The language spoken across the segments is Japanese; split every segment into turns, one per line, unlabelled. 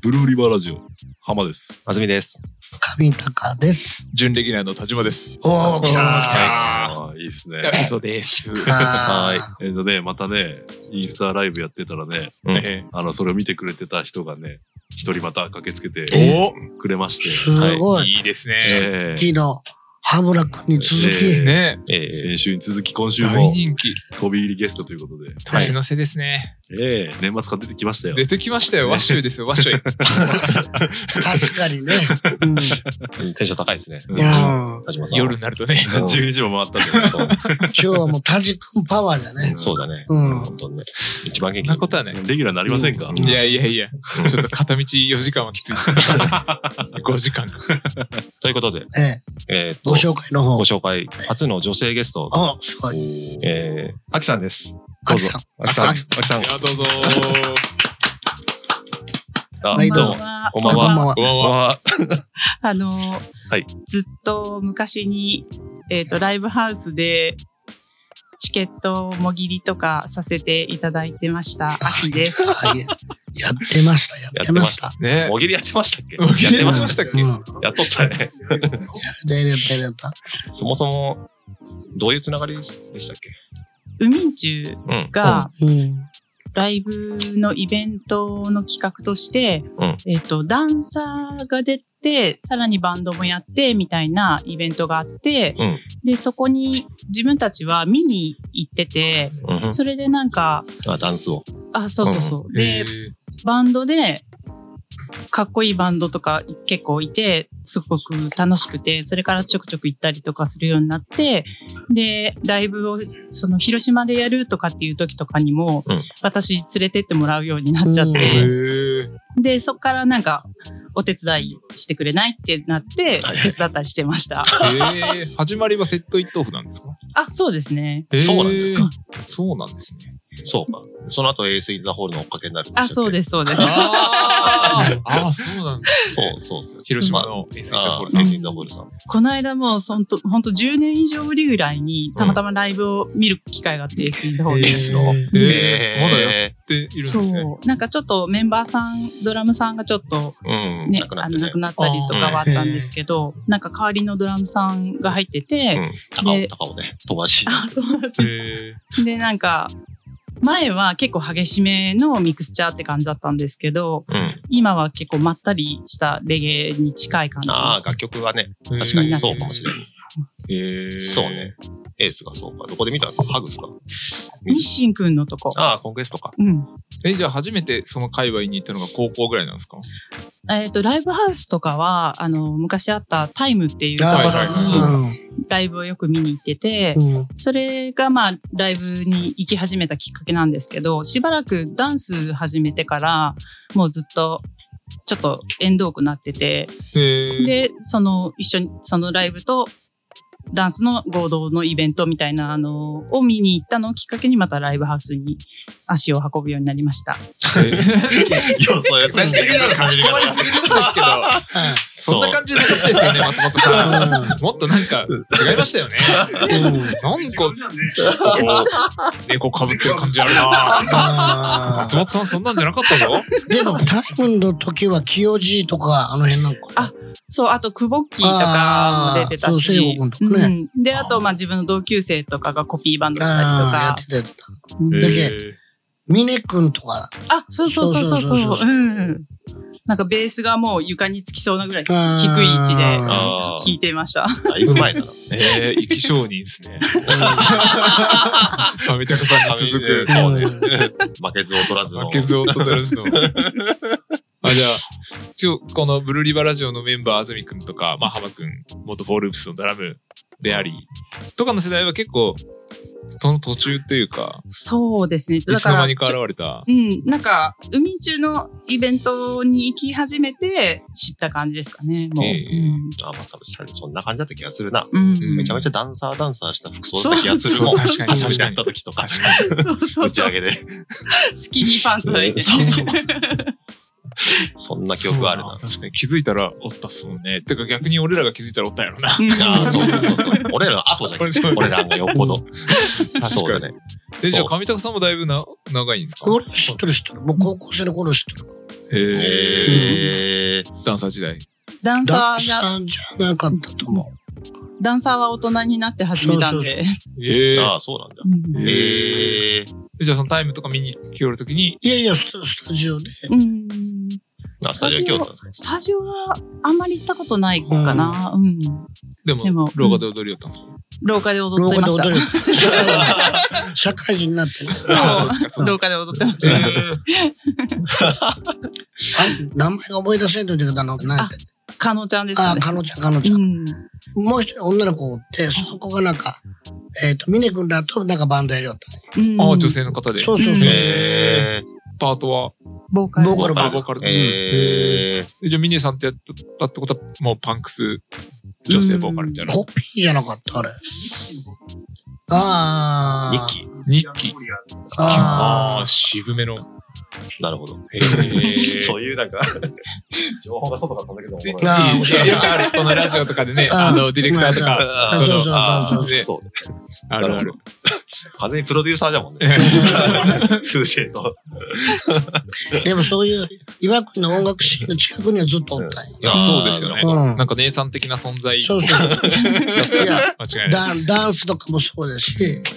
ブルーリバーラジオ浜です
あずみです。
上高です。
準レギュラーの田島です。
おー、来
来
た
た
ああいいっすね
そうです。
ー。は
は
えっとねまたねインスタライブやってたらね
うん
え
あのそれを見てくれてた人がね一人また駆けつけて
え
お
くれまし
い。
て
すごい。
いいですね。
え
昨日、羽村くんに続
え
き、
ね
い。え
え
ー、
先週に続き今週
大
も
人気。
飛び入りゲストということで、
はい
年の瀬ですね。
ええ年末から出てきましたよ
出てきましたよ。和州ですよ、和州。
確かにね。うん。
テンション高いですね。
うん
うん
田島さん。
夜になるとね。
うん。
12時も回ったんだよ
今日はもうタジ君パワーだね。
そうだね。
うん
本当にね。一番元
そん
気。
なことはね。
レギュラーになりませんか、
う
いやいやいや、ちょっと片道4時間はきつい です。5時間。
ということで、
ええ、
えーっと
ご紹介の
ご
方。
紹介、初の女性ゲスト、
あ、すごい。
えー、あきさんです。
アキさん。
あきさん。あ
あ
き
き
さん
い。や、どう ぞ。
あ
毎
どう
度
も。
は
こんばん
こんば
は。
んは
こん
こんばん
ばん
は。
は。
あの、
い
ずっと昔に、えっ、と、ライブハウスで、チケットもぎりとかさせていただいてました。秋 です。
はいやってました、やってました。
ね。
もぎりやってましたっけ
もぎり
やってまし
や
た。
ってまし
うん。や
やっとったね。
るでやればやれば。
そもそも、どういうつながりでしたっけ
ウミンチュ
うん。
が
うん。
ライブのイベントの企画として、
うん
えっ、と、ダンサーが出て、さらにバンドもやって、みたいなイベントがあって、
うん
で、そこに自分たちは見に行ってて、
うんうん
それでなんか、
あ、ダンスを。
あ、そうそうそう。
え
で、
ー
バンドで、かっこいいバンドとか結構いて、すごく楽しくて、それからちょくちょく行ったりとかするようになって、で、ライブを、その、広島でやるとかっていう時とかにも、
うん
私連れてってもらうようになっちゃっ
え
て、
ー
で、そっからなんか、お手伝いしてくれないってなって、
はい
手伝ったりしてました。
えー始まりはセット一等夫なんですか
あ、そうですね。
そうなんですか
えーそうなんですね。
そうか。その後、エース・イン・ザ・ホールの追っかけになるんでしたっ
あ、
け
そうです、そ うです。
あーあー、そうなん だ。
そうそうそう。
広島の SE
あ
タホール
ー
さ
エ
ん
ー。ス・イン・ザ・ホールさん。
この間もうそんと、ほんと10年以上ぶりぐらいに、たまたまライブを見る機会があ って、エスインドホールで
いいっすの
えーまだやっ
え
ているんです
そ
ね。
う。なんかちょっとメンバーさん、ドラムさんがちょっと
ーうん。
ね、
なくな
あ
っ
の、
て
亡
ね
く。なったりとかはあったんですけど、なんか代わりのドラムさんが入って
う
て、
ん。高尾、
で
高尾ね。飛ばし。
あ、そうなんです
え
で、なんか、前は結構激しめのミクスチャーって感じだったんですけど、
うん。
今は結構まったりしたレゲエに近い感じ。
ああ、楽曲はね、
ー
確かにそうかもしれない。
えー
そうね。。エースがそうか。どこで見たんですかハグスか。
日清くんのとこ。
ああ、コンクエストか。
うん。
え、じゃあ初めてその界隈に行ったのが高校ぐらいなんですか
えっ、と、ライブハウスとかは、あの、昔あったタイムっていうとこ
はいはい
ろに
は
ライブをよく見に行ってて、
うんうん
それがまあライブに行き始めたきっかけなんですけど、しばらくダンス始めてから、もうずっとちょっと縁遠くなってて、
へー
で、その一緒に、そのライブとダンスの合同のイベントみたいなあのを見に行ったのをきっかけにまたライブハウスに足を運ぶようになりました。
いや、そう優しすぎだ ろ、感じ
困りすぎるんですけど、そんな感じじゃなかったですよ ね、松本さん。もっとなんか違いましたよね。
うんうん
なんか、猫かぶってる感じあるな
あ
松本さんそんなんじゃなかったぞ。
ーでも、タイムの時は、清じとか、あの辺の子。
あそう、あと、クボッキーとかも出てた
あーそう
し。
聖子君とかね
うんで、あと、まあ、自分の同級生とかがコピーバンドしたりと
あ
か
ーやってたやってた。
うん。
だけ峰君とか、
あ、そうそうそうそう
そうそうそう
そう。
そう
うん。なんか、ベースがもう床につきそうなぐらい低い
あー
位置で
あー
弾いてました。
だいぶ前だな。
えー、生き証人です ね。上高さんに続く。
そうね。
う
負けず劣らずの。
負けず劣ら ずの。あ、じゃあ、一応、このブルーリバラジオのメンバー、安住くんとか、まあ、浜くん、元フォーループスのドラムであり、とかの世代は結構、その途中というか、
そうですね。
い
だ
つ
か
の間
ら
に、か現れた。
うん、なんか、海中のイベントに行き始めて知った感じですかね、もう。
ええ
ああ、まあ、多分そんな感じだった気がするな。
うん。
うん
めちゃめちゃダンサーダンサーした服装だった気がする。
そう
もう
そう確 かに
初めて会った時とか、
そうそ
打
う
ち
そ
上
う。
げで。
スキニーパンツ履いてね。
そうそうそんな記憶があるな。
確かに気づいたらおったっすもんね。てか逆に俺らが気づいたらおったんやろ な。
うん
ああ、そうそうそうそう。俺らの後じゃん。俺らがよっぽど。そうだね。
え、じゃあ、上高さんもだいぶな長いんですか
俺は知っとる知っとる。もう高校生の頃知っとる。
へ
え
え。
ー、
ダンサー時代。
ダンサ
ダン
ーが、
サーじゃなかったと思う。
ダンサーは大人になって始めたんで。
ええ。
ああ、そうなんだ。
うん
へ
えー、
じゃあ、そのタイムとか見に来よるときに、
いやいや、スタスタジオで。
うん
あ、スタジオ京都なんですか
スタジオはあんまり行ったことないかな。うん。
で
で
も
も、
廊下で踊りよったん ですか
廊下で踊
廊
って
下
ま
で
した
踊。れる。社会 人社会人になってね。
あそっちか
そう。廊下で踊ってました。
あれ、名前が思い出せんといてくだのってない
かのちゃんです
あ
よ
あ、
ね。
かのちゃん、かのちゃ。
うんん。
もう一人女の子おって、その子がなんか、えっ、と、峰君らとなんかバンドやりよった。
うん
ああ、女。性の方で。
そうそうそう。
うん
え
パートは、
ボーカル。
ボーカル
あ、ボーカル
ー、
です。へえ
えー、
じゃあ、ミネさんってやったってことは、もうパンクス女性ボーカルみたいな。
コピーじゃなかった、あれ。ああ。
日記。
日記。あ
あ
あ、
あ。
渋めの。
なるほど。
ー
そうい うなんか、情報が外だったんだけども、
なあ
いやよくある、このラジオとかでね、あの、ディレクターとか。
あそうそうそうそう。
ね
そうね。
あるある。
完全にプロデューサーだもんね。風景と。
でもそういう、岩君の音楽シーンの近くにはずっとおったんよ
いや、そうですよね。
うん
なんか姉さん的な存在。
そうそうそう。いや、
間違いない。
ダンダンスとかもそうだし、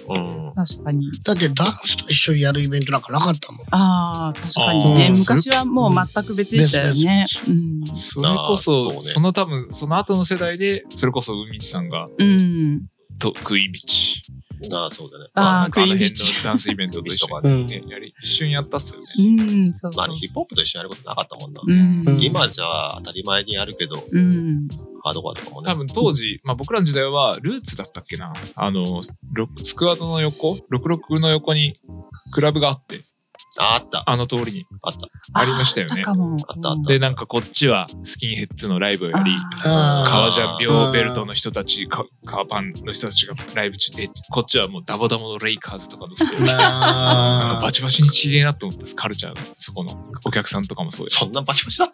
うん。
確かに。
だってダンスと一緒にやるイベントなんかなかったもん。
ああ、確かに
あ
ね。
ー
昔はもう全く別でしたよね。うん。
それこそ、
あーそう
そ
ね
の多分、その後の世代で、それこそ海道さんが、
うん。
と、食い道。
ああ、そうだね。
あ
なん
あ、
か
ク
あ
イ
の
ーン
辺
ビ
の
ーチ。
ダンスイベントと一緒
う
うん。
にね、やり、一瞬やったっすよね。
うん、そう
ま
そ
あ
う
ね、ヒップホップと一緒にやることなかったもんな。
うん。
今じゃ当たり前にやるけど、
うん。
ハードコアとかもね。
多分当時、まあ僕らの時代は、ルーツだったっけな。あの、ロックスクワットの横、66の横に、クラブがあって、
ああった、
あの通りに。
あった。
ありましたよね
あったかも。
あったあった
で、なんかこっちは、スキンヘッズのライブをやり、
あー
革ジャン、両ベルトの人たち、か革パンの人たちがライブ中で、こっちはもうダボダボのレイカーズとかの服
な
なんか
あ
バ。チバチにちげえなと思ったです、カルチャーの。そこのお客さんとかもそうです。
そんなバチバチだっ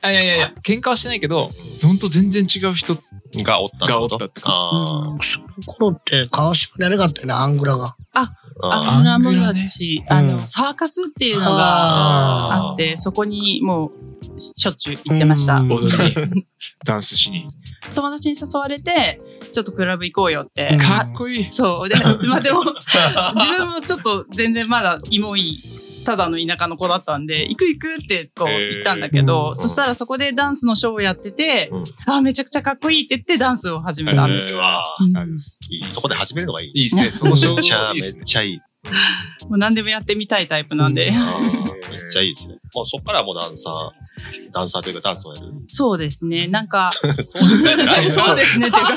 た
あいやいやいや、喧嘩はしてないけど、ほんと全然違う人
がおった
がおったって感
あ
その頃って川島であれがあったよね、アングラが。
あ。
アングラムラッチ、あ
う
の、
ん
サーカスっていうのが
あ
あって、そこにもう、しょっちゅう行ってました。
じ。踊りに、ダンスしに。
友達に誘われて、ちょっとクラブ行こうよって。
うん
かっこいい。
そう。で、まあでも、自分もちょっと全然まだイモい、ただの田舎の子だったんで、行く行くってこう
へー
行ったんだけど、
うん
そしたらそこでダンスのショーをやってて、
うん
あ、めちゃくちゃかっこいいって言ってダンスを始めたんです。
うわ
う
あ
ん
のい
いいそこで始めるのがいい。
いですね、その
め
衝
っち
動
ゃ、
いい
め
です
っ
ね。
ちゃいい。
もう何でもやってみたいタイプなんで。
めっちゃいいですね。もうそっからはもうダンサー、ダンサーというかダンスをやる。
そうですね。なんか、
そうですね。
そうですねっていう か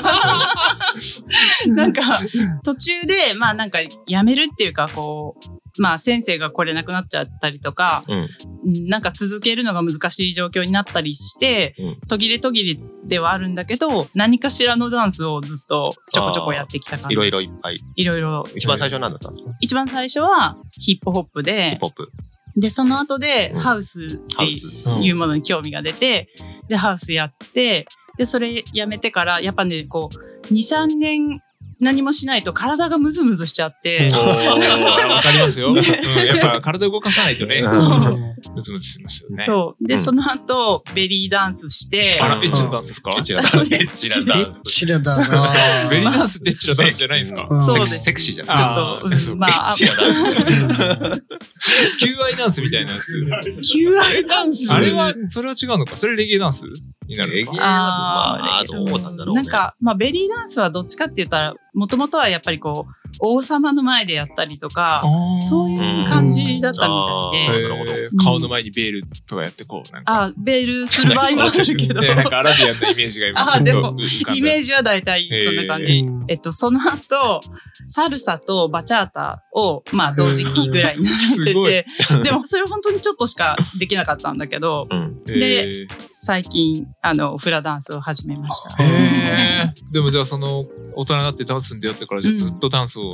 なんか途中でまあなんかやめるっていうかこうまあ先生が来れなくなっちゃったりとか、
うん
うんなんか続けるのが難しい状況になったりして、
うん
途切れ途切れではあるんだけど何かしらのダンスをずっとちょこちょこやってきた感じ
いろい
です
ろいっぱい。
いろいろ
一番最初は何だったんですか
一番最初はヒップホッ
ヒッ
プで
プホップ、
でその後で
うん
ハウスって
ハウ
いう
ス。
いうものに興味が出て、で、ハウスやって、で、それやめてから、やっぱね、こう、2、3年何もしないと体がムズムズしちゃって、
おーわかりますよ。うんやっぱ体動かさないとね、
うん
ムツムツしますよね。
そう。で、
うん
その後、ベリーダンスして、
あら、エッチなダンスですか
エッチなダンス。エ
エ
ッ
ッ
チ
チ
な
エ
ダン
ッ
ス。
チだな。
ベリーダンスってエッチなダンスじゃないんですか
うん
そう
セクシー
ですね
セクシーじゃない。
ちょっ
あ
と、
ー
うん
そう
まあ、
エッチなダンス。
求愛ダンスみたいなやつ。
求愛ダンス。
あれは、それは違うのかそれレゲエダンスに
レ
なるのか
ゲエまあ
あー
どうなんだろうね
なんか、まあ、ベリーダンスはどっちかって言ったら、もともとはやっぱりこう、王様の前でやったりとか、
あー
そういう感じだったみたい
うん
で、
あなるほど
えー
うん
顔の前にベールとかやってこう、なんか。
あ、ベールする場合もある けど、
ねなんかアラビアンのイメージが今、
あでもイ
イ
メ
ジ。
ージは大体そんな感じ。
え
うん
えっと、その後、サルサとバチャータを、まあ、同時期ぐらいになって
すごい
て、でも、それ本当にちょっとしかできなかったんだけど、
うん。
えー
最近、あの、フラダンスを始めました。
へーでもじゃあその、大人になってダンスに出会ってから、じゃあずっとダンスを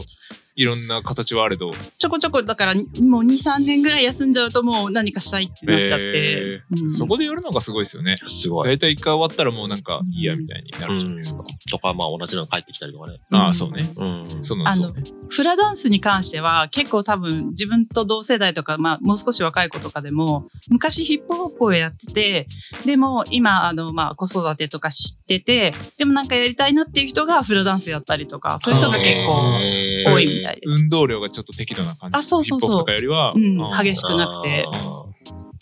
いろんな形はあれど。
ちょこちょこ、だから、もう2、3年ぐらい休んじゃうと、もう何かしたいってなっちゃって。
え
う
ー
ん
そこでやるのがすごいですよね。
すごい。
大体一回終わったらもうなんかいいやみたいになるじゃないですか。
とか、まあ同じのが帰ってきたりとかね。
ああ、そうね。
うん
そうなんですよね。
フラダンスに関しては結構多分自分と同世代とか、まあ、もう少し若い子とかでも昔ヒップホップをやっててでも今あの、まあ、子育てとか知っててでもなんかやりたいなっていう人がフラダンスやったりとかそういう人が結構
構
多いみたいです。
運動量がちょっと適度な感じ。
あそうそう
ヒ
そう
ップホップとかよりは、
うん、
あー
激しくなくて。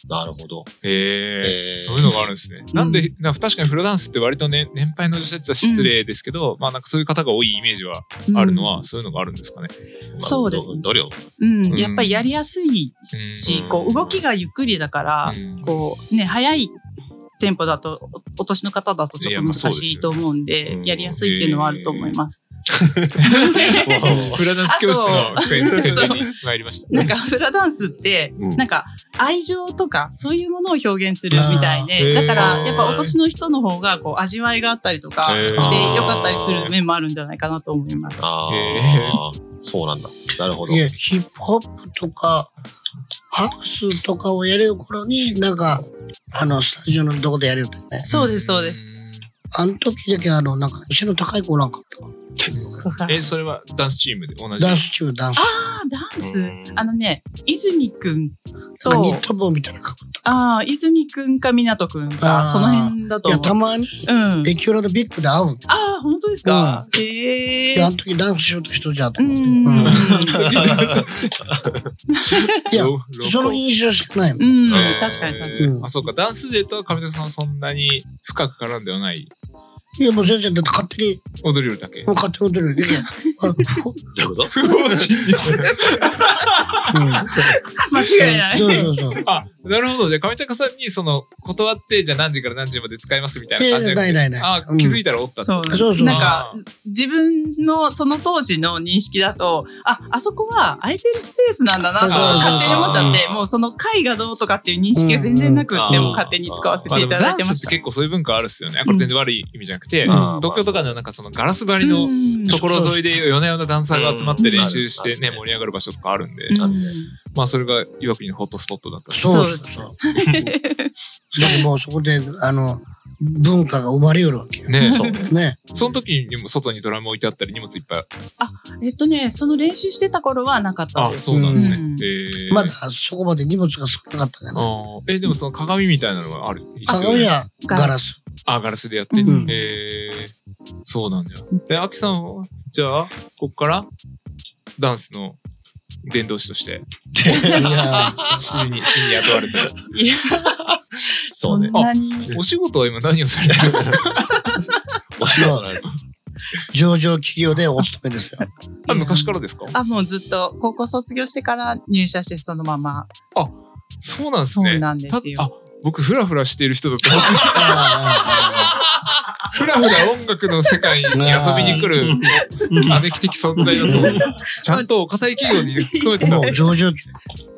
なるほ ど。
へ
へー
えそういうのがあるんですね。なんで、なんか確かにフラダンスって割とね、年配の女性って失礼ですけど、まあなんかそういう方が多いイメージはあるのは、そういうのがあるんですかね。
まあ
そうですね
運動量。
うん、
うん
やっぱりやりやすいし、
うん
こう動きがゆっくりだから、
うん
こうね早いテンポだとおお年の方だとちょっと難しいと思うん
い
で
やまあそうですよね
やりやすいっていうのはあると思います。
フラダンス教室の先生に参りました。
なんかフラダンスって、
うん
なんか愛情とかそういうものを表現するみたい
あーへ
で、
ー
だからやっぱお年の人の方がこう味わいがあったりとか
へー
してよかったりする面もあるんじゃないかなと思います。
あ
へ
あ、そうなんだ。なるほど。
いやヒップホップとかハウスとかをやる頃になんかあのスタジオのどこでやるよってね
そうです、そうです。
す。
あの時だけあのなんか背の高い子おらんかっ
え、それはダンスチームで同
た
じ。
ダンス中ダンス
あーダン
う
ス
ん。
あのね、泉くん
なんかニ
と
ッ、ト帽みたいな格好
ああ、泉くんか湊くんか、
あー
その辺だと
いや
思
たまに
う。うん。
エキュラのビッグで会うん
ああ、本当ですかへえ
であの時ダンスしようとしとじゃんと
う
思って、
ん。
うん
い
いやその印象しかないもん
うん
えー。
確かに確かに。
うん
あ、そうか。ダンス勢とは上田さんはそんなに深く絡んではない。
いやもう全然だって勝手に
踊りよるだけ。
もう勝手に踊 るよいやあのふ
どういうこと
不法侵入。
間違いない。
そうそうそう
あ、なるほど。じゃあ、上高さんに、その、断って、じゃあ何時から何時まで使いますみたいな感じじゃ
えー
なく
な
て
いないない
あ、
うん
気づいたらおったって
そ
こ
う
そ
と
うそうそう
なんか自分のその当時の認識だとああそこは空いてるスペースなんだなと
そうそうそう
勝手に思っちゃってもうその会がどうとかっていう認識が全然なくって、
うん
もう勝手に使わせ
まあ
て
で
い
も
ただ
ダ
い
ン
てま
ス
し
って
た。
結構そういう文化あるっすよね。これ全然悪い意味じゃなくて、
うん
東京とかではなんかそのガラス張りの
うん
ところ沿いで夜な夜なダンサーが集まって練習してね、
うん
盛り上がる場所とかあるんで、
うん
まあそれが岩国のホットスポットだったんです
そうそうそう。だからもうそこで、あの、文化が生まれよるわけよ。ね。
ね
そう。
その時にも外にドラム置いてあったり荷物いっぱい
えっとねその練習してた頃はなかった
あ
です。
そうなんですね、
うん
えー
まだそこまで荷物が少なかった
あ
ね。
ーえでもその鏡みたいなのがある
鏡はガラス。
あガラスでやって、
うん
えーそうなんだよでアキさんはじゃあこっからダンスの伝道師として
いや、
死に死に雇われて
いや
そ
そ
うんね。
なに
お仕事は今何をされてるんですか
お仕事なんです
上場企業でお勤めですよ。
あ昔からですか
あもうずっと高校卒業してから入社してそのまま
そうなんです
そう
ね
なんです
たあ
よ。
僕フラフラしている人だ と思ってふらふら音楽の世界に遊びに来る姉貴的存在だと思う。ちゃんとお堅い企業に勤めてたん
も
で
う
す
上場企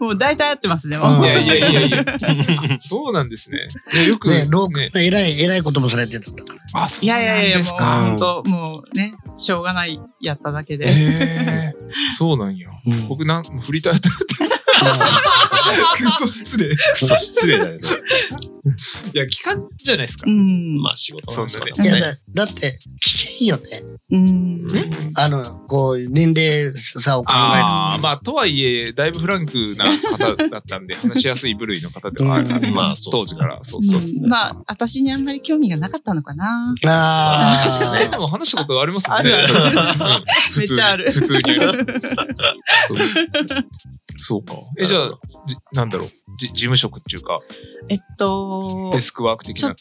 もう大体合ってますね。もう
うん
いやいやいやい や。そうなんですね。でよく
業。
ね
で、。ローク、偉い、偉いこともされてたんだから。
あ、そう
いやいやい
なん
やも
で
う
すか。
本当もうねしょうがないやっただけで。
えーそうなんよ。
うん
僕なん、フリーターやったら クソ失礼。い
クソ失礼だよね。
や、期間じゃ ないですか
う。ん。
まあ仕事なんですから
そ
い
んな
や
ね
だだって、危険よね。
うん。
うん
あの、こう、年齢差を考
ああ、
え
まあ、とはいえ、だいぶフランクな方だったんで、話しやすい部類の方ではある。
うんまあそう
当
っす
時
ね
から。そう
う
そ
ん
うそう。
まあ、私にあんまり興味がなかったのかな。
て。あ
え、で
あ。
も話したことあります
あ
よね。
るある
うん普
めっ
通
ちゃある
普通にある。そうそうか。え、じゃあ、じなんだろう。じ事務職っていうか、
えっと
デ、スクワーク的な。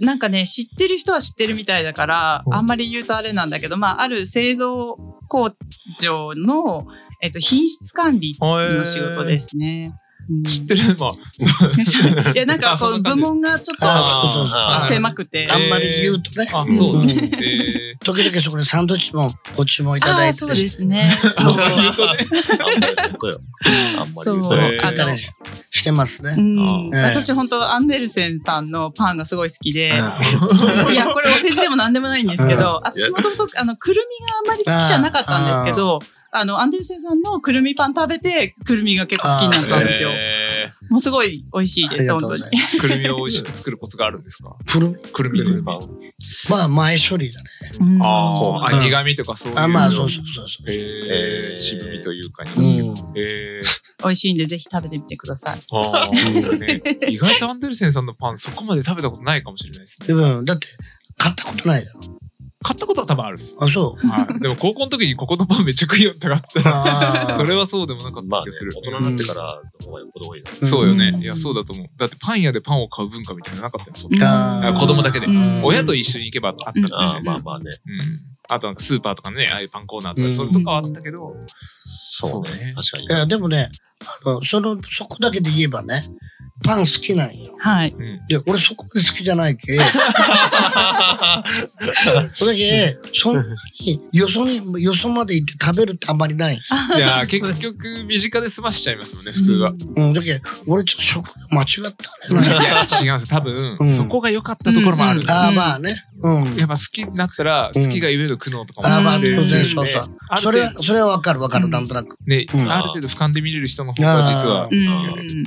なんかね、知ってる人は知ってるみたいだから、
うん
あんまり言うとあれなんだけど、まあ、ある製造工場の、えっと、品質管理の仕事ですね。うん
知ってるまあ、
いや、なんか
あ
こ
そ
うん
な感
部
じ
門がちょっ
あ
と
ーそうそうそう
あー
狭くて。
あんまり言うとね。
あ、そうだね。
うん
え
時々そこでサンドイッチもご注文いただ
ああ、
いて
そう
ですね
ですね。
ー、あんまり言うとね。
あんまり言うと。あんまり言うと
え
そうそうあ
あった
の
りしてます
う
ね。
ん
あー
私本当アンデルセンさんのパンがすごい好きで、 いや、これお世辞でも何でもないんですけど、私もともと、あの、くるみがあんまり好きじゃなかったんですけど、あの、アンデルセンさんのくるみパン食べて、くるみが結構好きになったんですよ。
え
もうすごい美味し い
あ
で
り
す、
が
本
とうご
当に
ざ。います。
ーくるみを美味しく作るコツがあるんですか
プロ
くるみ
くるみ
パン。
まあ、前処理だね。
うん
あー
そう
あ、苦味とかそういうの。
あ、まあ、そうそうそうそう。
え
え
ー、
ー
渋みというか
う
に。
ん。
えー
美味しいんで、ぜひ食べてみてください。
あーね意外とアンデルセンさんのパン、そこまで食べたことないかもしれないですね。
でも、だって、買ったことないだろ。
買ったことは多分あるです。
あ、そう。
はい。でも高校の時にここのパンめっちゃ食いよったかった。
あー
それはそうでもなかっ
ま
た
あ、
気
ね、
がする。
大人になってからの方がよっぽど多いな。
うん
そうよね。
うん
いや、そうだと思う。だってパン屋でパンを買う文化みたいなのなかったよ、そんな
あー
子供だけで
うん
親と一緒に行けばあったかもしれ
あ
な
あ
いです
まあ
ね。
まあね。
うん。あとなんかスーパーとかね、ああいうパンコーナーとかそういうとこはあったけど、
そう
そうね
ね。確かに
い。や、でもね、あの、その、そこだけで言えばね、パン好きなんよ。
はい。
うん。
で、俺そこまで好きじゃない け。それで、そんなに、よそに、よそまで行って食べるってあんまりない。
いや、結局身近で済ましちゃいますもんね、普通は。
うん、だけど俺ちょっと食が間違ったんだよね。
いや、違うんですよ。多分、
うん
そこが良かったところもあるんですよ。
ああ、まあね。うん。
やっぱ好きになったら、好
うん
きがゆえの苦悩とか
ああ、
も
まあ、
発
当
生
然
するんで、
そうそう。
ある
そ
程
れ
度
は、それはわかるわか
う
る、
ん
なんとなく。
ね、
うん
ある程度俯瞰で見れる人の方が実は
う、ん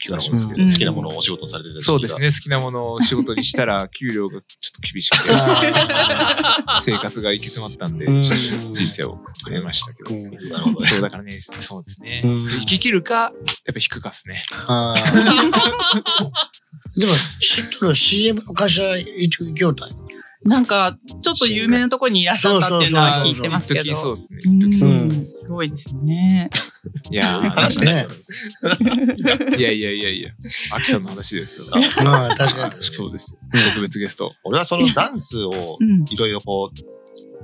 気が楽ですけ
うん
ど好きなものをお仕事されてる
そうですね、好きなものを仕事にしたら、給料がちょっと厳しくて、生活が行き詰まったんで、
うん
ちょっと人生をくれましたけど。
うん
時が。なるほどね。
そうだからね、そうですね。
うん
生き切るか、やっぱ引くかっすね。
ああでも、知っとる CM の会社行きようたんよ
なんか、ちょっと有名なとこにいらっしゃったっていうのは聞いてますけ
一時そう
ど。
ですね。
う
一時そうっす
んすごいですね。
いやー、
確かにね。
いやいやいやいや、アキさんの話ですよ。
まあ、確かに確か
そうですよ。特別ゲスト。
俺はそのダンスを
うん
いろいろこう、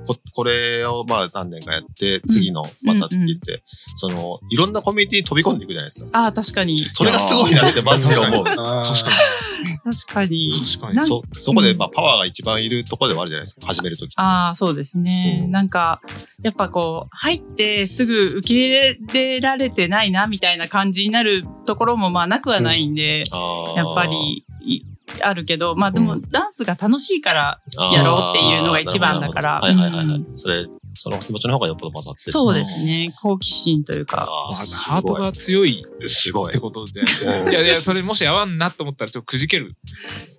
ここれをまあ何年かやって、次のまたって言って、その、いろんなコミュニティに飛び込んでいくじゃないですか。
ああ、確かに。
それがすごいなってまず思う。
に。あ
確かに。
確かに。
確かに
なん
そ、そこでまあパワーが一番いるところではあるじゃないですか、始めるとき。
ああ、そうですね。
うん
なんか、やっぱこう、入ってすぐ受け入れられてないな、みたいな感じになるところもまあなくはないんで、
あー
やっぱ、りいあるけど、まあでもダンスが楽しいから
あー
やろうっていうのが一番だから。
なるほどなるほどはいはいはいは
う
い。それ、その気持ちの方がよっぽど混ざってる。
そうですね。好奇心というか。
あーす
ハート
ごい
が強い
すご
っ
い
て。ことで。いやいや、それもし合わんなと思ったらちょっとくじける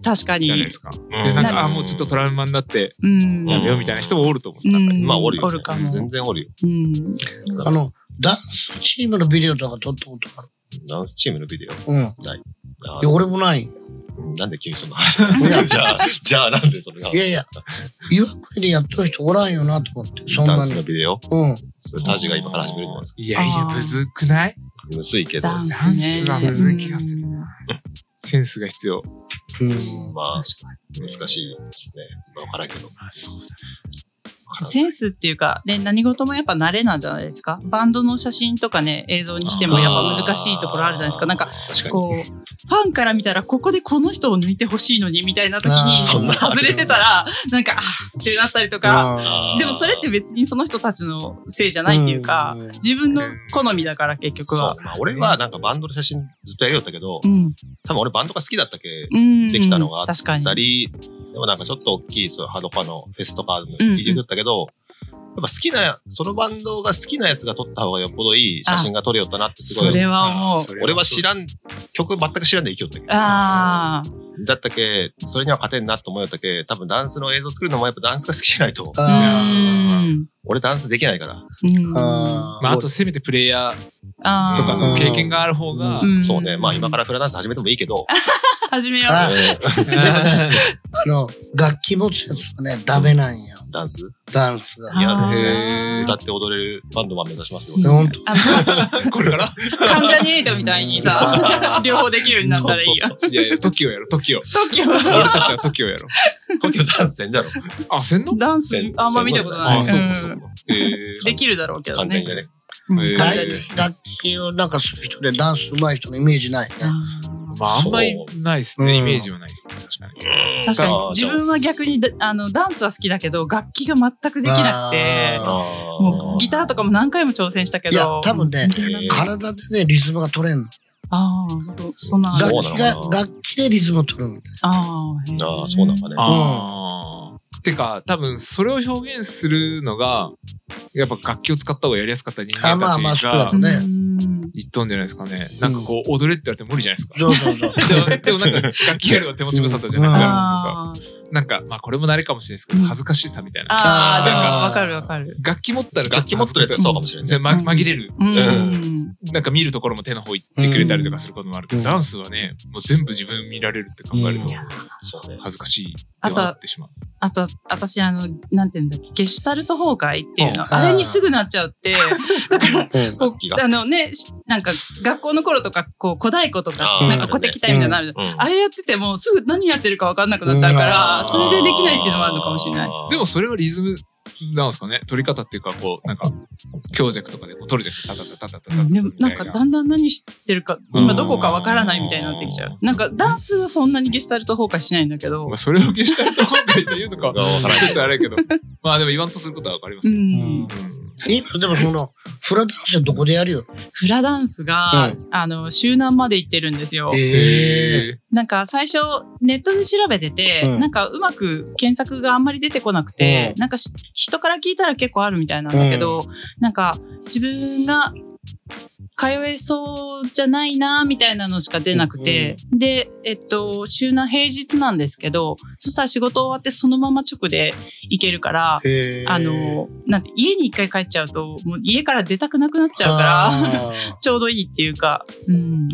確か
じゃない
に
で。すか。でなんか、あ、もうちょっとトラウマになって
うん。
やめようみたいな人もおると思うんですよ。
うん
まあ、おるよ、ね。
おるかも
全然おるよ。
うん。
あの、ダンスチームのビデオとか撮ったことある。
ダンスチームのビデオ。
うん。い
あ
や、俺もないよ。
ーなんで急にその話いや、じゃあ、じゃあなんでそれが。
いやいや、岩国でやっとる人おらんよなと思って、そん
ダン
な
スの
に。
ビデオ
うん。
それタジが今から始めるんじゃないですか。
いやいや、むずくない
むずいけど。
ダン
ま
スね。
ダンスはむずい気がする
うん
センスが必要。
うん。
あ、
か
難しいですね。まあわからんけど。
あそうだ
わからん
センスっていうか、ね、何事もやっぱ慣れなんじゃないですか。バンドの写真とかね、映像にしてもやっぱ難しいところあるじゃないですか。なんか、、
確かに。
こう、ファンから見たら、ここでこの人を抜いてほしいのに、みたいな時
あー
に、
そんな
外れてたら、なんか、あーってなったりとか、
あ
ー
でもそれって別にその人たちのせいじゃないっていうか、
うん
自分の好みだから結局は
そ。うまあ、俺はなんかバンドの写真ずっとやりよったけど、
うん。
多分俺バンドが好きだったけ
うん。
できたのがあっ
確かに
だ。り、でもなんかちょっと大きいそういうハードコアのフェスとかも
うんう
行
ん
ってくったけど、やっぱ好きな、そのバンドが好きなやつが撮った方がよっぽどいい写真が撮れよったなってすご
そ
い。
れはもう。
俺は知らん、曲全く知らんで生きよったけど。
ああ。
だったけ、それには勝てんなと思うよったけ、多分ダンスの映像作るのもやっぱダンスが好きじゃないと。
あ
うん
俺ダンスできないから。
うん
ーあー。
まあ、あとせめてプレイヤー
あー
とかの経験がある方が
う、ん
そうね。まあ今からフラダンス始めてもいいけど。
始めよう。
あ
うん
でもね、あの、楽器持つやつはね、ダメなんよ。
ダンス
ダンスが。
いや
あー
へ
歌って踊れるバンドマン目指しますよ。
ほんと。
あの、
これから
関ジャニエイトみたいにさ、両方できるようになったらいいよ。
そうそう
いやいや、時をやろ、時を。
時を
俺たちは時をやろ。
そう。東京ダンスせんじゃ ろ。
あ、せんの
ダンスあんま見たことない。
あ、そう
う
か、
ん
そうか。えー
できるだろうけど
簡単
ね
に。ね。
うん
えー
簡単
大
に
体楽器をなんかする人でダンス上手い人のイメージないね。
まあ、あんまりないですね。
そう
イメージはないですね。確かに。
確かに
あー
自分は逆にだあのダンスは好きだけど楽器が全くできなくて
あ
あ
ー
もうギターとかも何回も挑戦したけ
いや
ど、
多分ね、
えー
体でね、リズムが取れんの。
ああそそんな
そうなの
楽器
か
が
な、
楽器でリズムを取るの。
あーへー
あーそうなんかね
ああ。てか、多分それを表現するのが、やっぱ楽器を使った方がやりやすかった人
あ
間
まあまあ
たち
そうだ
が
とね
うん
言っとんじゃないですかね。なんかこう、踊れって言われても無理じゃないですか。
そうそう そう。
でもでもなんか楽器やれば手持ち無沙汰じゃなくなるんですか。
あー
なんか、まあこれも慣れかもしれないですけど、
うん
恥ずかしさみたいな。
あー、でも
あー
わかるわかる。
楽器持ったら
楽器持ってるやつはそうかもしれないね。
ま紛れる。
うん。
なんか見るところも手の方行ってくれたりとかすることもあるけど、
うん
ダンスはね、もう全部自分見られるって考えると
うん
そうね。
恥ずかしいって
あと
思ってしまう。
あと、私、あの、なんていうんだっけ、ゲシュタルト崩壊っていうの
あ。
ー
あれにすぐなっちゃうって、だから、
うん
こ
楽器が
う、あのね、しなんか、学校の頃とか、こう、古太鼓と
あ
か、
ー
なんか古敵隊みたいなのあるじゃん
うん
あれやってても、すぐ何やってるかわかんなくなっちゃうから、
うん
それでできないっていうのもあるのかもしれない。。
でも、それはリズムなんですかね取り方っていうか、こう、なんか、強弱とかでこう取るじゃん。タタタタタタタ
でもなんかだんだん何してるか
うん
今どこかわからないみたいになってきちゃうなんかダンスはそんなにゲシュタルト崩壊しないんだけど
まあ、それを消したいと今回って言うのか、ち
がわからない
ょっとあれやけど。まあでも言わんとすることはわかりま
う
す。
ん
今でもその、フラダンスはどこでやるよ。
フラダンスが、
うん
あの周南まで行ってるんですよ
ええ。
なんか最初ネットで調べてて、
うん
なんかうまく検索があんまり出てこなくて、
う
なんかし人から聞いたら結構あるみたいなんだけど、なんか自分が通えそうじゃないなみたいなのしか出なくて、で、えっと、週な平日なんですけど、そしたら仕事終わってそのまま直で行けるから、
へー
あの、なんて家に一回帰っちゃうと、もう家から出たくなくなっちゃうから、
あー
ちょうどいいっていうか、うん。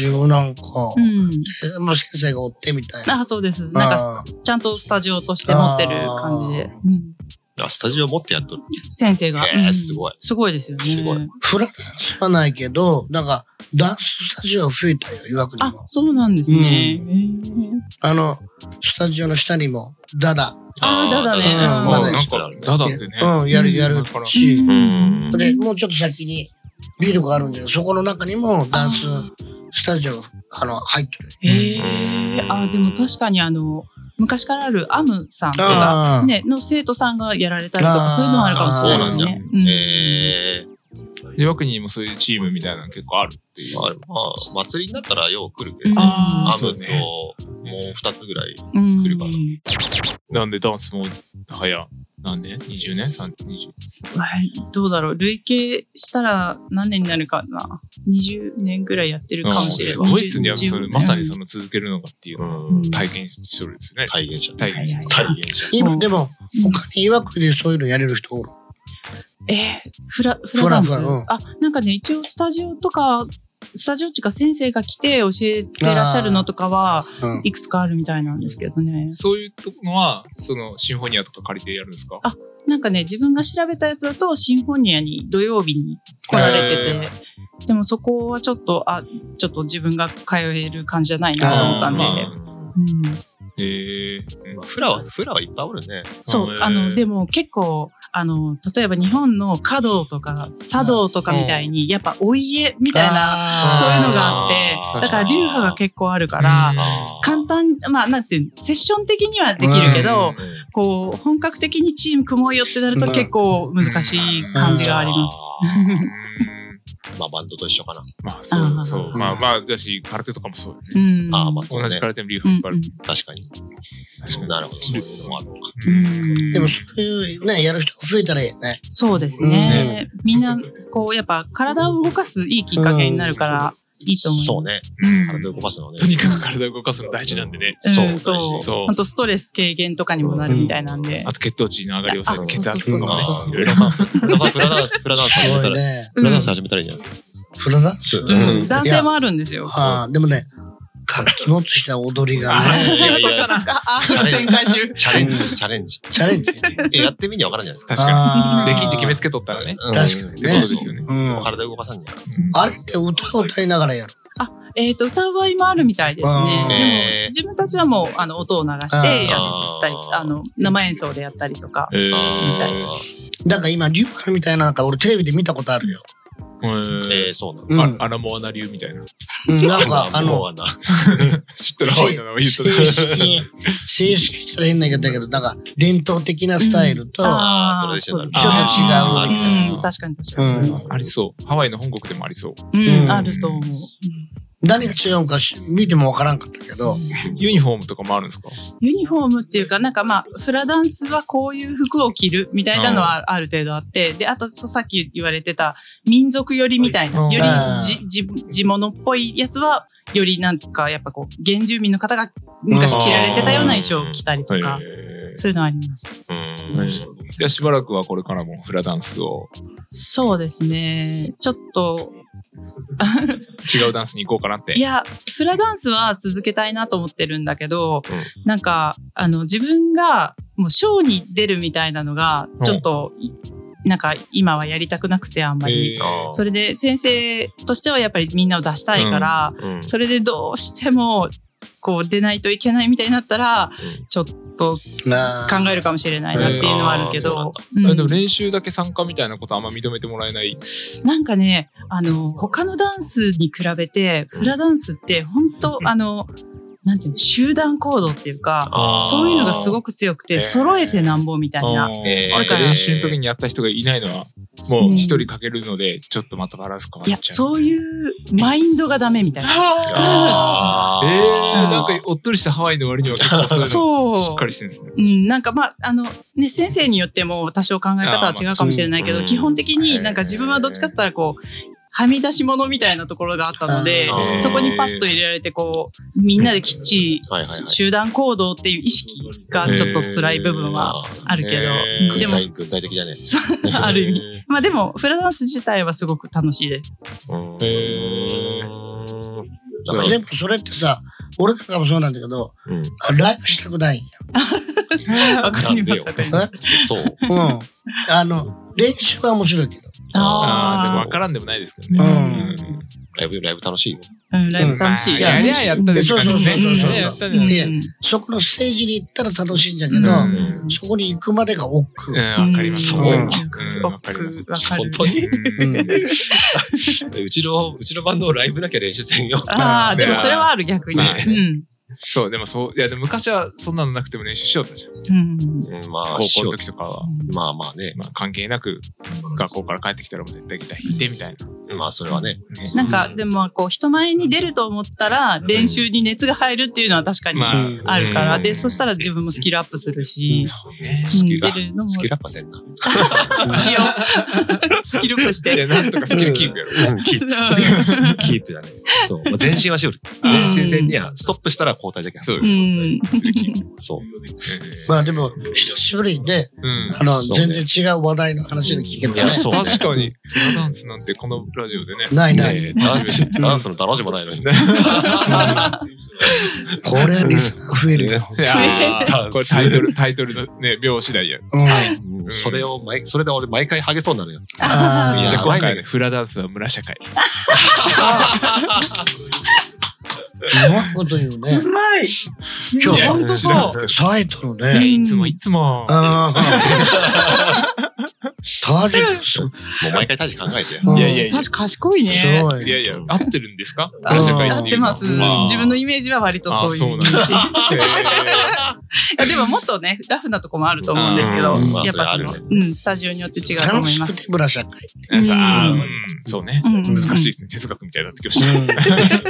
塩なんか、
うん。
えまあ先生がおってみたいな。
あそうです。な
あ
んかす、ちゃんとスタジオとして持ってる感じで。うん、
あスタジオ持ってやっとる。
先生が、
えー
うん
すごい
すごいですよね。
すごい
フラダンスはないけど、なんか、ダンススタジオ増えたよ、いわくに
あ
も、。
そうなんですね。へー
あの、スタジオの下にも、ダダ、
あーだだね
ー
うん
ま
ま
あ
だ
なんか、ダダってね。
うん、やる、やるし、
うん
で、もうちょっと先にビルがあるんで、そこの中にもダンススタジオ、あの、入ってる。
へえ。あ、でも確かにあの、昔からあるアムさんとか、
ああ、
ね、の生徒さんがやられたりとか、そういうのもあるかもしれないですね。うん
えー
岩国にもそういうチームみたいなの結構あるっていう。
まあ、まあ、祭りになったらよう来るけど、
あー
ア
そ
ム
う
と、
ね。
もう二つぐらい。
うん
来るかな
なんでダンスも、はや、何年 ?20 年 ?30 年
はいどうだろう累計したら何年になるかな20年ぐらいやってるかもしれ
す
ない。
ごいっすね。
20
それまさにそ
うん
の続けるのかっていうのを
うん
体験してるんですね。
体現者。
体現者
体現者。
今でも、他にいわくでそういうのやれる人おる。
えーフラ、フラダンス
フラフラうん
あ、なんかね、一応スタジオとか、スタジオっていうか先生が来て教えてらっしゃるのとかは、
うん。
いくつかあるみたいなんですけどね。
そういうのは、そのシンフォニアとか借りてやるんですか
あなんかね、自分が調べたやつだと、シンフォニアに土曜日に来られてて、でもそこはちょっと、あ、ちょっと自分が通える感じじゃないなと思ったんで。
あー
ま
うん、
へえ。
あフラは、フラはいっぱいおるね。
そう、あの、でも結構、あの、例えば日本の華道とか、茶道とかみたいに、やっぱお家みたいな、
あー
そういうのがあって
あー
だから流派が結構あるから、簡単、まあなんていうのセッション的にはできるけど、こう、本格的にチーム組もうよってなると
うん
結構難しい感じがあります。
す。まあ、バンドと一緒かな。
まあ、そう
あー
そう。まあまあ、だし、空手とかもそうだよね。
うん。
あーまあそう
同
ね
じ空手の流
うん
派いっぱいある。
確かに。
確かに
なるほど。そういうのもあるのか。
うん
でも、そういうね、やる人が増えたらいいよね。
そうですね。みんな、こう、やっぱ体を動かすいいきっかけになるから、いいと思います。
そうね。
うん
体を動かすのね
と。にかく体を動かすの大事なんでね。
うん
そう
そう。
そう
本当ストレス軽減とかにもなるみたいなんで
あ。と血糖値の上がりを抑える
あ
血圧のね
そうそうそうそう
いろいろ
フラフラダンス、フラダンス
す
始め
ご
た
い
ら、
ね。
フラダンス始めたらいいんじゃないですか。
フラダンス
う
うん
ん
男性もあるんですよ。
ああ、でもね、活気持つした踊りがね、
いやいやいや
そっかそっか。あ、旋回中。
チャレンジ、チャレンジ。
チャレンジ。
え、やってみにゃわからんじゃないですか。
確か
あ
に。
ー
できんって決めつけとったらね。
うん
確かにね
そうですよね。
うん。
体動かさんにゃ。
あれって歌を歌いながらやる。
えっ、と、歌う場合もあるみたいです
うん
ね。で
えー
も、自分たちはもう、あの、音を流して、やったり、
あー
あの、生演奏でやったりとか。
えー
みたい
なんか今、リュウカみたいななんか俺テレビで見たことあるよ。
え
え
ー
ー、そうなの。
うん。
あアラモアナ流みたいな。
うんなんか、あの、
あの、
知ってる方がいいな言うとね
正式、正式したら変な言い方だけど、なんか伝統的なスタイルと、
あートラディショ
そ
ナ
う
ル
です
ちょっと違う
あ
みたい
ー
な
うん、確かに確かに。
うん
そうです
ありそう。ハワイの本国でもありそう。
うん、
うん
あると思う。
何が違うかし見てもわからんかったけど、
ユニフォームとかもあるんですか
ユニフォームっていうか、なんかまあ、フラダンスはこういう服を着るみたいなのはある程度あって、で、あとそうさっき言われてた民族寄りみたいな、
うん
より
うん
じ、じ、地物っぽいやつは、よりなんかやっぱこう、原住民の方が昔着られてたような衣装を着たりとか、
え
そういうのはあります。
ーはいじゃあしばらくはこれからもフラダンスを
そうですね。ちょっと、
違うダンスに行こうかなって
い。や、フラダンスは続けたいなと思ってるんだけど、なんか、あの、自分が、もう、ショーに出るみたいなのが、ちょっと、いなんか、今はやりたくなくて、あんまり。
えー
あ
それで、先生としては、やっぱりみんなを出したいから、
ーうん
それでどうしても、こう、出ないといけないみたいになったら、
ん
ちょっと考
なあ
えるかもしれないなっていうのはあるけ
えーあ
ど
ー、
うん
あでも練習だけ参加みたいなことあんま認めてもらえない。
なんかね、あの、他のダンスに比べて、フラダンスって本当、あの、なんていうの、集団行動っていうか、
あー
そういうのがすごく強く
えー
て、揃えてなんぼみたいな。
え
えー
あと練習の時にやった人がいないのは、もう
うん
一人かけるので、ちょっとまたバランス変わ
いや
っ、ちゃう。
そういうマインドがダメみたいな。
あ
えー、
うん
なんかおっとりしたハワイの割には結構そういうのし
そ
っか
う。
りしてるんですね。
うん、なんかまあ、あの、ね、先生によっても多少考え方は違うかもしれないけ
あーま
ど、
あ
基本的
へ
に
ー
なんか自分はどっちかって言ったらこう、はみ出し物みたいなところがあったので
あ
ー、
そこにパッと入れられて、こう、みんなできっち
はい
り
はいはい
集団行動っていう意識がちょっと辛い部分はあるけど、
へー
うんでも、
具体的だね。
そうある意味。
味。
まあでも、フラダンス自体はすごく楽しいです。
うん
え
だから
でもそれってさ、俺とかもそうなんだけど、
うん
あライブしたくないんよ。
わか
な
りま
んでよ
す、わかります。
え
そう。
うん。あの、練習は面白いけど。
あ
ああ、
ー
でもわからんでもないですけどね。
うん
ライブ、ライブ楽しいよ。
うん、ライブ楽し
まあ
い。
やりゃやったでしょ
そうそうそう
そうそう
やりゃやったで
う
しょ
ん
いやそこのステージに行ったら楽しいんじゃけど、
うん
そこに行くまでが億劫。
うん、わかります。
そう
うんんわ
うん
かります。
本当に
うん
うん
うちの、うちのバンドライブだけ練習せんよ。
ああ、でもそれはある逆に。
まあね
うん
そう、でもそう、いや、でも昔はそんなのなくても練習しようとじゃん。
うん。
うんまあ、
高校の時とかは。
まあまあね。
まあ、関係なく、学校から帰ってきたらもう絶対ギター弾いてみたいな。
まあ、それはね。
ね
なんか、でも、こう、人前に出ると思ったら、練習に熱が入るっていうのは確かに
まあ、
あるから、
うん
で、そしたら自分もスキルアップするし、
そうね。
スキル
う
ア
ん出る
ッ
のも
プ。スキルアップはせんな。
一応、 スキルアップし
い
て。
や、なんとかスキルキープやろ。
うんキープ。キープだね。そう。まあ全身はしよる。
うん
全身戦にはストップしたら交代だけど。
そうよ。
うん。
スキルキープ。
そう。
まあでも、久しぶりにね、
うん。
あの、
そうね
全然違う話題の話で聞けた
い
ね
や。そうね
確かに、フラダンスなんてこのラジオでね。
ないない。
ねえダンス、ダンスの楽しもないのにね。
これはリスナー増えるよ。
いやーこれタイトル、タイトルのね、秒次第や。じ
うん。
うんそれを毎、それで俺毎回ハゲそうになるよ。
あー
いや
ゃあ
怖
今
いね
回ね、フラダンスは村社会。
うまいこと言うね。
まい
今日
や本当
知らんす
そ
け
う。
ど
サイトの
いや
ね。
いつもいつも。
ああ。タジす
もう毎回大事考え て。
うん
いやいやいや。
確か賢いね。
すご
いや
い。
いや、合ってるんですか村社会
や
っ
って
い
て
うのは
ます。
あー
自分のイメージは割とそういうイメージ。
あ
い
へ
やでももっとね、ラフなとこもあると思うんですけど
う、
んまあ
やっぱそ
それは
の
ある、
うん、スタジオによって違うと思
楽
い
し
ま
く
す
て。ブラ社会。
ーさあ
う
ー
ん
うんそうね。
うん
難しいですね。哲学みたいになってきました。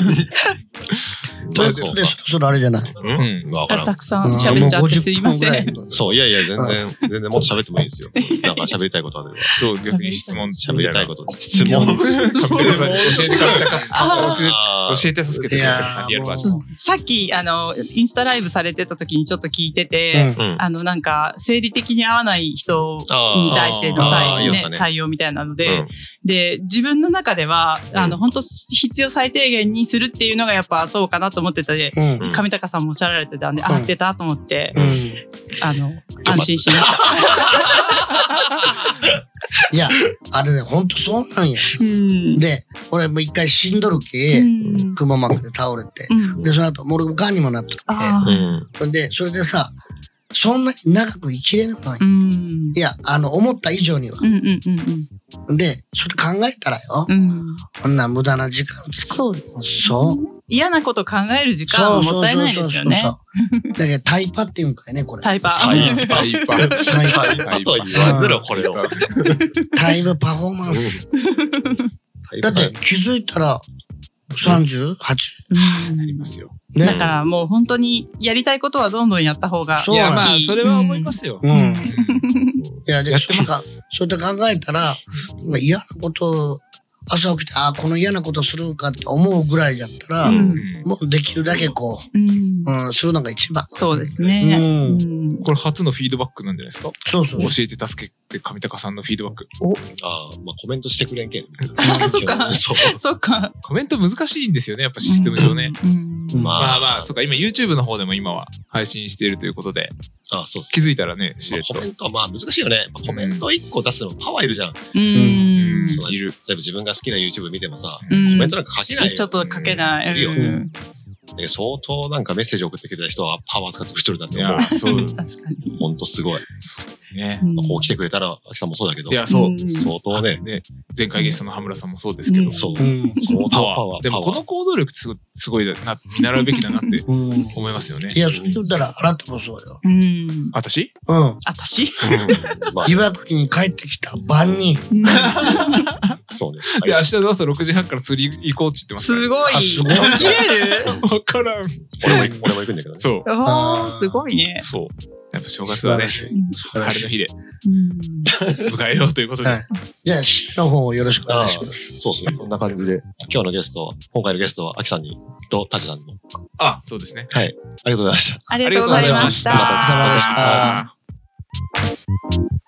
ということで、そろそろあれじゃない。
うんん。わからん
た。くさん喋っちゃってすいません。
ん。
そう、いやいや、全然、全然もっと喋ってもいいですよ。なんか喋りたいことあれば。
そう、逆に質問
喋りたいこと。質
質問
問。
教えてください教えてください
あー
あー
教えて助けてください。リアルバージョン
そうさっき、あの、インスタライブされてた時にちょっと聞いてて、
うん。
あの、なんか、生理的に合わない人に対しての
あー
対,、
あー言った
ね
ね
対応みたいなので、
うん
で、自分の中では、あの、本当必要最低限にするっていうのがやっぱそうかなと思ってたで、
うん。
うん
上高さんもおっしゃられてたんで、
うん
あ、合ってたと思って、
うん。
あの、安心しました。
いや、あれね、ほんとそうなんや。
うん
で、俺もう一回死んどるけ、
うん
くも膜で倒れて。
うん
で、その後、もう俺、癌にもなっとっ
あ
う
ー
ん。
て。で、それでさ、そんなに長く生きれない。
うん
いや、あの、思った以上には。
うんうんうん
で、それ考えたらよ、
うんうん
こんな無駄な時間つ
そう
く。そう。
嫌なこと考える時間
そ
は
う
も
そ
っ
う
たい
そう
ない
そ
で
う
す
そ
よ
う。
ね。
だけど、タイパっていうんかいね、これ。
タイパ
タイ
タイパー。
タイパ
タイパとは言わずろ、これを。
タイムパフォーマンス。だって、気づいたら、 38?
うん
ありますよ。
ね。
だからもう本当にやりたいことはどんどんやった方が。
そう
いや、
なんだ
まあ、それは思いますよ。
う
うん
ん。いや、で、
やって
そう
ま
か
す。
そうやって考えたら、なんか嫌なことを、朝起きて、ああ、この嫌なことするんかって思うぐらいだったら、
うん
うん
もうできるだけこ
うん
う、うん、するのが一番。
そうです
う
ね。
ん。
うん
これ初のフィードバックなんじゃないですか
そうそう
教
そう。
えて助けて上高さんのフィードバック。
ああ、まあコメントしてくれんけん。
あそっ か
そう。
そっか。
コメント難しいんですよね、やっぱシステム上ね。
うん
まあ
まあまあ、そうか、今 YouTube の方でも今は配信しているということで、
ああ、そうっす
気づいたらね、し
まあ
れっ
コ
と
メ。ントはまあ難しいよね。まあコメント1個出すのもパワーいるじゃん。例
うん
うん
そう
いる。
えば自分が好きな YouTube 見てもさ、
う
コ
ん
メントなんか書けないよ。
ちょっと書けない。
いいよ
う
ね
ん
だけど相当なんかメッセージ送ってくれた人はパワー使ってくれてるんだっ
い
て思
や、そう
確か
う。ほんとすごい。
にね。
に。。
まあこう来てくれたら、秋さんもそうだけど
い、や、そううん
相当ね、
ね、前回ゲストの羽村さんもそうですけど、
ん
そう
う。ん。
相当
パ
パ
ワー
ワー。
でもこの行動力ってすごいすごいな、見習うべきだなって
うん。
思いますよね。
いや、それ言ったら、あなたもそうよ。
うん。
私
うん。
私
パワーうんまあ、
岩国に帰ってきた晩に、
そうね。
で、明日の朝6時半から釣り行こうって言ってます。
すごい。
あすごい
起きれる
わからん。
俺も行く俺も行くんだけどね。
そう。
おー、すごいね。
そう。やっぱ正
素
月は
晴
ね
ら、し
う
い
ん。
素晴
晴
ら
れの
しい。
日で
うん
迎えようということで
は。い。じゃあ、詩の方をよろしくお願いします。
そうそう。こんな感じで、今日のゲスト、今回のゲストは、秋さんに、と、タジさんの。
あ、そうですね。
はい。ありがとうございました。
ありがとうございまし
ありがとうございま
た
した。
お疲れ様でした。